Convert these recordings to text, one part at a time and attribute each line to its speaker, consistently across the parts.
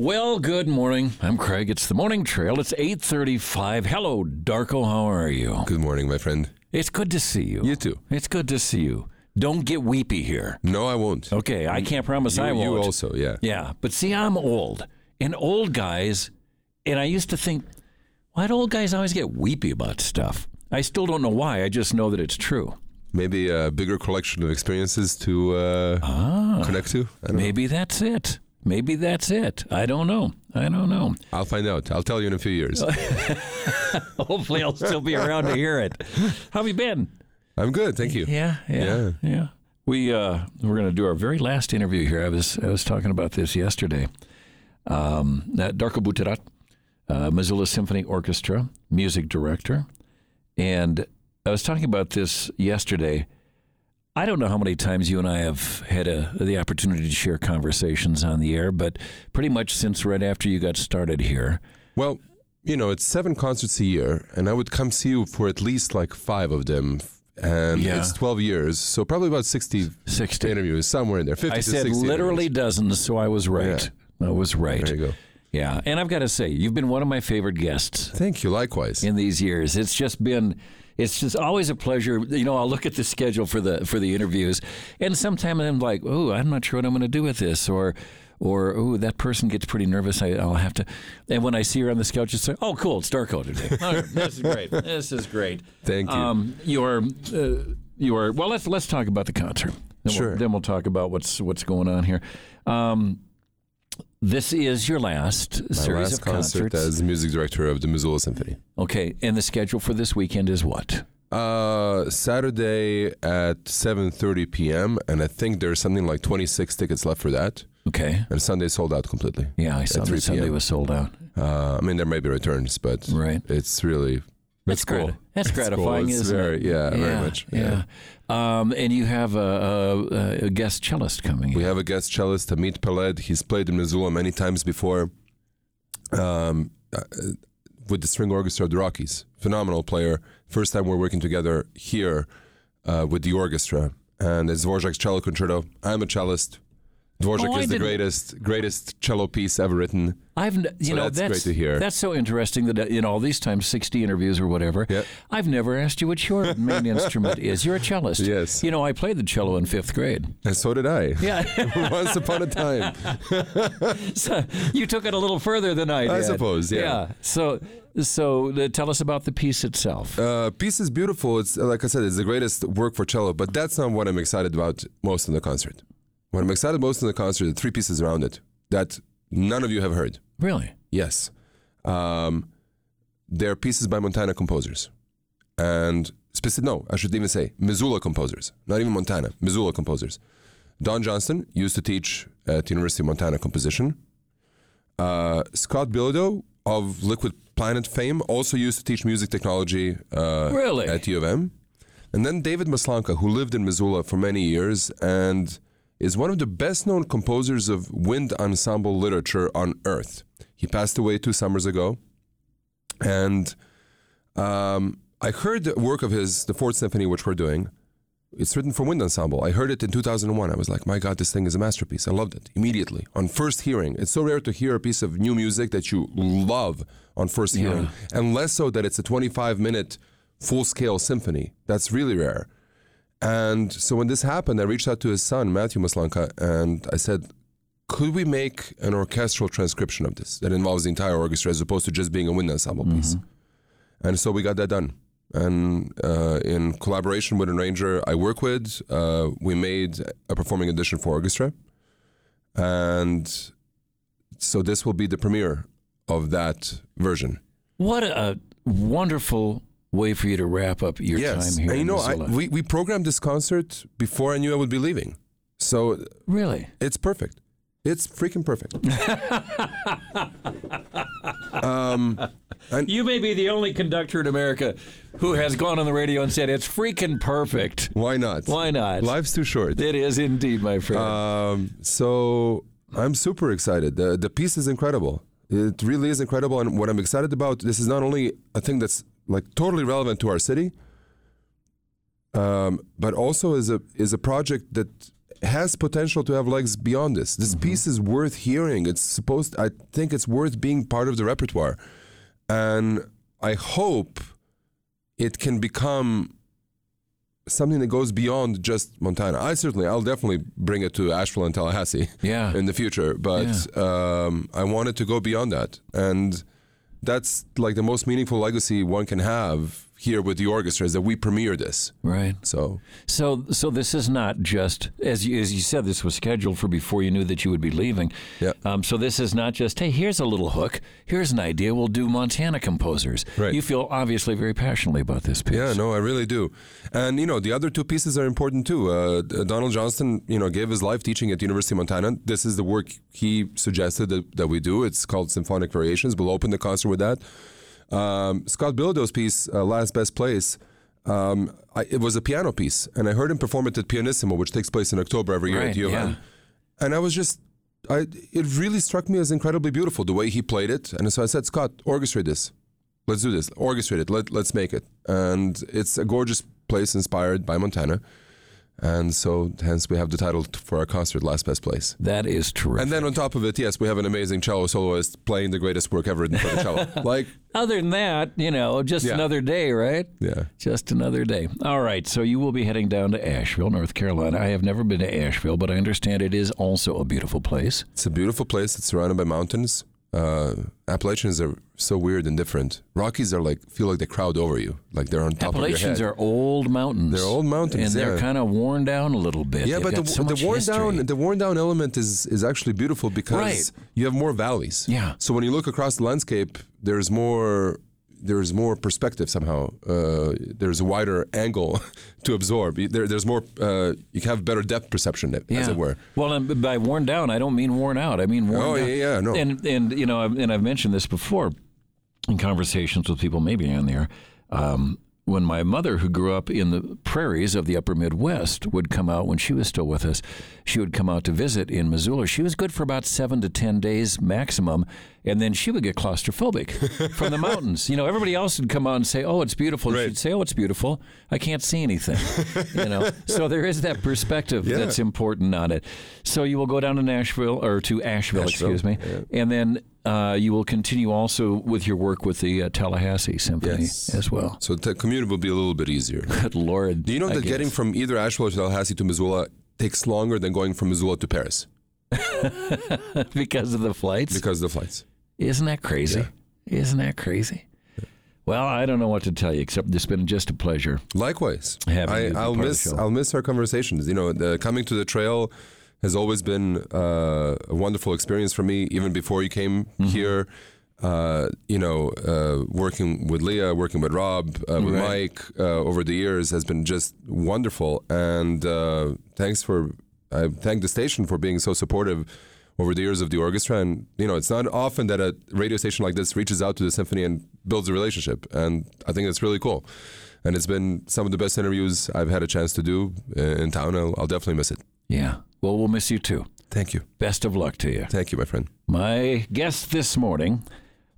Speaker 1: Well, good morning. I'm Craig. It's the morning trail. It's 8:35. Hello, Darko. How are you?
Speaker 2: Good morning, my friend.
Speaker 1: It's good to see you.
Speaker 2: You too.
Speaker 1: It's good to see you. Don't get weepy here.
Speaker 2: No, I won't.
Speaker 1: Okay, I can't promise I
Speaker 2: You-
Speaker 1: won't.
Speaker 2: you also, yeah.
Speaker 1: Yeah, but see, I'm old, and old guys, and I used to think, why do old guys always get weepy about stuff? I still don't know why. I just know that it's true.
Speaker 2: Maybe a bigger collection of experiences to uh,
Speaker 1: Ah.
Speaker 2: connect to. I don't know.
Speaker 1: Maybe that's it. Maybe that's it. I don't know. I don't know.
Speaker 2: I'll find out. I'll tell you in a few years.
Speaker 1: Hopefully, I'll still be around to hear it. How have you been?
Speaker 2: I'm good, thank you.
Speaker 1: Yeah, yeah,
Speaker 2: Yeah.
Speaker 1: yeah. We uh, we're going to do our very last interview here. I was I was talking about this yesterday. Um, that Darko Butterat, uh, Missoula Symphony Orchestra music director, and I was talking about this yesterday. I don't know how many times you and I have had a, the opportunity to share conversations on the air, but pretty much since right after you got started here,
Speaker 2: Well, you know, it's seven concerts a year, and I would come see you for at least like five of them. And
Speaker 1: Yeah.
Speaker 2: it's 12 years, so probably about 60
Speaker 1: sixty.
Speaker 2: interviews, somewhere in there. 50
Speaker 1: I
Speaker 2: to
Speaker 1: said
Speaker 2: 60
Speaker 1: literally
Speaker 2: interviews.
Speaker 1: dozens, so I was right. I was right.
Speaker 2: There you go.
Speaker 1: Yeah, and I've got to say, you've been one of my favorite guests
Speaker 2: Thank you, likewise.
Speaker 1: in these years. It's just been, it's just always a pleasure. You know, I'll look at the schedule for the for the interviews, and sometimes I'm like, oh, I'm not sure what I'm going to do with this, or, or oh, that person gets pretty nervous. I, I'll have to. And when I see her on the couch, it's like, oh, cool, it's Darko today. All right, this is great. This is great.
Speaker 2: Thank you.
Speaker 1: Um, your, uh, your. Well, let's let's talk about the concert. Then
Speaker 2: Sure.
Speaker 1: We'll, then we'll talk about what's what's going on here. Um, this is your last
Speaker 2: My
Speaker 1: series
Speaker 2: last
Speaker 1: of
Speaker 2: concert
Speaker 1: concerts.
Speaker 2: as music director of the Missoula Symphony.
Speaker 1: Okay, and the schedule for this weekend is what?
Speaker 2: Uh, Saturday at 7:30 p.m. and I think there's something like 26 tickets left for that.
Speaker 1: Okay.
Speaker 2: And Sunday sold out completely.
Speaker 1: Yeah, I saw that
Speaker 2: 3
Speaker 1: Sunday
Speaker 2: p.m..
Speaker 1: was sold out.
Speaker 2: Uh, I mean, there may be returns, but
Speaker 1: Right.
Speaker 2: it's really
Speaker 1: That's
Speaker 2: cool.
Speaker 1: grati- That's
Speaker 2: It's cool.
Speaker 1: gratifying,
Speaker 2: It's
Speaker 1: isn't
Speaker 2: very-
Speaker 1: it?
Speaker 2: yeah, very much,
Speaker 1: Yeah. Um, and you have a, a, a guest cellist coming
Speaker 2: we
Speaker 1: in.
Speaker 2: have a guest cellist, Amit Peled. He's played in Missoula many times before. Um, uh, with the string orchestra of the Rockies, phenomenal player. First time we're working together here uh, with the orchestra, and it's Dvorak's cello concerto. I'm a cellist. Dvorak
Speaker 1: Oh, I
Speaker 2: is the
Speaker 1: didn't-
Speaker 2: greatest, greatest cello piece ever written.
Speaker 1: I've, n- you
Speaker 2: So
Speaker 1: know,
Speaker 2: that's great to hear.
Speaker 1: That's so interesting that uh, in all these times, sixty interviews or whatever,
Speaker 2: Yep.
Speaker 1: I've never asked you what your main instrument is. You're a cellist.
Speaker 2: Yes.
Speaker 1: You know, I played the cello in fifth grade.
Speaker 2: And so did I.
Speaker 1: Yeah,
Speaker 2: Once upon a time.
Speaker 1: so you took it a little further than I did.
Speaker 2: I suppose, yeah.
Speaker 1: So, so uh, tell us about the piece itself.
Speaker 2: Uh, piece is beautiful. It's uh, like I said, it's the greatest work for cello. But that's not what I'm excited about most in the concert. What I'm excited most in the concert are the three pieces around it that none of you have heard.
Speaker 1: really?
Speaker 2: Yes, um, they're pieces by Montana composers, and specific. No, I should even say Missoula composers, not even Montana. Missoula composers. Don Johnston used to teach at University of Montana composition. Uh, Scott Bilodeau of Liquid Planet fame also used to teach music technology uh,
Speaker 1: Really?
Speaker 2: at U of M. And then David Maslanka, who lived in Missoula for many years and is one of the best known composers of wind ensemble literature on earth. He passed away two summers ago. And um, I heard the work of his, the Fourth Symphony, which we're doing. It's written for wind ensemble. I heard it in 2001. I was like, my God, this thing is a masterpiece. I loved it immediately on first hearing. It's so rare to hear a piece of new music that you love on first hearing, and less so that it's a 25 minute full scale symphony. That's really rare. And so when this happened, I reached out to his son, Matthew Maslanka, and I said, could we make an orchestral transcription of this that involves the entire orchestra as opposed to just being a wind ensemble piece? And so we got that done. And uh, in collaboration with an arranger I work with, uh, we made a performing edition for orchestra. And so this will be the premiere of that version.
Speaker 1: What a wonderful way for you to wrap up your time here.
Speaker 2: And you
Speaker 1: in
Speaker 2: know, I,
Speaker 1: Missoula.
Speaker 2: we, we programmed this concert before I knew I would be leaving. So
Speaker 1: really?
Speaker 2: It's perfect. It's freaking perfect.
Speaker 1: You may be the only conductor in America who has gone on the radio and said it's freaking perfect.
Speaker 2: Why not?
Speaker 1: Why not?
Speaker 2: Life's too short.
Speaker 1: It is indeed, my friend.
Speaker 2: Um, so I'm super excited. The, the piece is incredible. It really is incredible. And what I'm excited about, this is not only a thing that's like totally relevant to our city, um, but also is a is a project that has potential to have legs beyond this. This piece is worth hearing. It's supposed. I think it's worth being part of the repertoire, and I hope it can become something that goes beyond just Montana. I certainly, I'll definitely bring it to Asheville and Tallahassee
Speaker 1: Yeah.
Speaker 2: in the future, but um, I want it to go beyond that. And that's like the most meaningful legacy one can have here with the orchestra is that we premiere this.
Speaker 1: Right.
Speaker 2: So
Speaker 1: So, so this is not just as you, as you said. This was scheduled for before you knew that you would be leaving.
Speaker 2: Yeah.
Speaker 1: Um, so this is not just hey, here's a little hook, here's an idea. We'll do Montana composers.
Speaker 2: Right.
Speaker 1: You feel obviously very passionately about this piece.
Speaker 2: Yeah, no, I really do. And you know, the other two pieces are important too. Uh, D- Donald Johnston, you know, gave his life teaching at the University of Montana. This is the work he suggested that, that we do. It's called Symphonic Variations. We'll open the concert with that. Um, Scott Billow's piece, uh, Last Best Place. Um, I, it was a piano piece, and I heard him perform it at Pianissimo, which takes place in October every year
Speaker 1: Right,
Speaker 2: at UM.
Speaker 1: yeah.
Speaker 2: And I was just, I it really struck me as incredibly beautiful the way he played it. And so I said, Scott, orchestrate this let's do this orchestrate it Let, let's make it and it's a gorgeous place inspired by montana and so hence we have the title t- for our concert last best place
Speaker 1: That is terrific.
Speaker 2: and then on top of it yes we have an amazing cello soloist playing the greatest work ever written for the cello like
Speaker 1: Other than that, you know, just
Speaker 2: Yeah.
Speaker 1: another day, right?
Speaker 2: yeah
Speaker 1: Just another day. All right. So you will be heading down to Asheville, North Carolina. I have never been to Asheville, but I understand it is also a beautiful place.
Speaker 2: it's a beautiful place it's surrounded by mountains uh, appalachians are so weird and different rockies are like feel like they crowd over you like they're on top of your head
Speaker 1: Appalachians are old mountains.
Speaker 2: They're old mountains,
Speaker 1: and they're
Speaker 2: yeah.
Speaker 1: kind of worn down a little bit.
Speaker 2: yeah,
Speaker 1: They've
Speaker 2: but the,
Speaker 1: got so
Speaker 2: the
Speaker 1: much
Speaker 2: worn
Speaker 1: history.
Speaker 2: down the worn down element is is actually beautiful because
Speaker 1: Right.
Speaker 2: you have more valleys.
Speaker 1: Yeah.
Speaker 2: So when you look across the landscape, there's more there's more perspective somehow. Uh, there's a wider angle to absorb. You- There, there's more. Uh, you have better depth perception, as
Speaker 1: Yeah.
Speaker 2: it were.
Speaker 1: Well, and by worn down, I don't mean worn out. I mean worn
Speaker 2: Oh,
Speaker 1: down.
Speaker 2: yeah, yeah, no.
Speaker 1: And and you know, I've- and I've mentioned this before in conversations with people, maybe on there. Um, when my mother, who grew up in the prairies of the upper Midwest, would come out when she was still with us, she would come out to visit in Missoula. She was good for about seven to 10 days maximum, and then she would get claustrophobic from the mountains. You know, everybody else would come out and say, Oh, it's beautiful. And
Speaker 2: Right.
Speaker 1: She'd say, Oh, it's beautiful. I can't see anything. you know, so there is that perspective
Speaker 2: Yeah.
Speaker 1: that's important on it. So you will go down to Nashville, or to Asheville,
Speaker 2: Asheville,
Speaker 1: excuse me, and then uh, you will continue also with your work with the uh, Tallahassee Symphony
Speaker 2: Yes.
Speaker 1: as well.
Speaker 2: So the commute will be a little bit easier.
Speaker 1: Good Lord.
Speaker 2: Do you know
Speaker 1: I
Speaker 2: that
Speaker 1: guess.
Speaker 2: getting from either Asheville or Tallahassee to Missoula takes longer than going from Missoula to Paris
Speaker 1: because of the flights?
Speaker 2: because of the flights?
Speaker 1: Isn't that crazy? Isn't that crazy? Well, I don't know what to tell you except it's been just a pleasure.
Speaker 2: Likewise,
Speaker 1: Having you
Speaker 2: I,
Speaker 1: be part
Speaker 2: I'll
Speaker 1: of the
Speaker 2: miss
Speaker 1: show.
Speaker 2: I'll miss our conversations. You know, the, coming to the trail has always been uh, a wonderful experience for me. Even before you came
Speaker 1: Mm-hmm.
Speaker 2: here, uh, you know, uh, working with Leah, working with Rob, uh, with
Speaker 1: Right.
Speaker 2: Mike uh, over the years has been just wonderful. And uh, thanks for I thank the station for being so supportive. Over the years of the orchestra, and you know, it's not often that a radio station like this reaches out to the symphony and builds a relationship, and I think that's really cool and it's been some of the best interviews I've had a chance to do uh, in town. I'll, I'll definitely miss it.
Speaker 1: Yeah. Well, we'll miss you too.
Speaker 2: Thank you.
Speaker 1: Best of luck to you.
Speaker 2: Thank you, my friend.
Speaker 1: My guest this morning,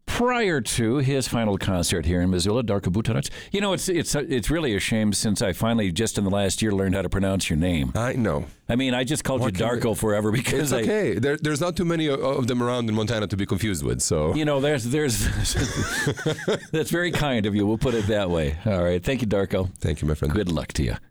Speaker 1: prior to his final concert here in Missoula, Darko Butanac. You know, it's it's it's really a shame since I finally just in the last year learned how to pronounce your name.
Speaker 2: I know.
Speaker 1: I mean, I just called you Darko forever because
Speaker 2: It's
Speaker 1: I.
Speaker 2: okay. There, there's not too many o- of them around in Montana to be confused with. So
Speaker 1: You know, there's there's that's very kind of you. We'll put it that way. All right, thank you, Darko.
Speaker 2: thank you, my friend.
Speaker 1: Good luck to you.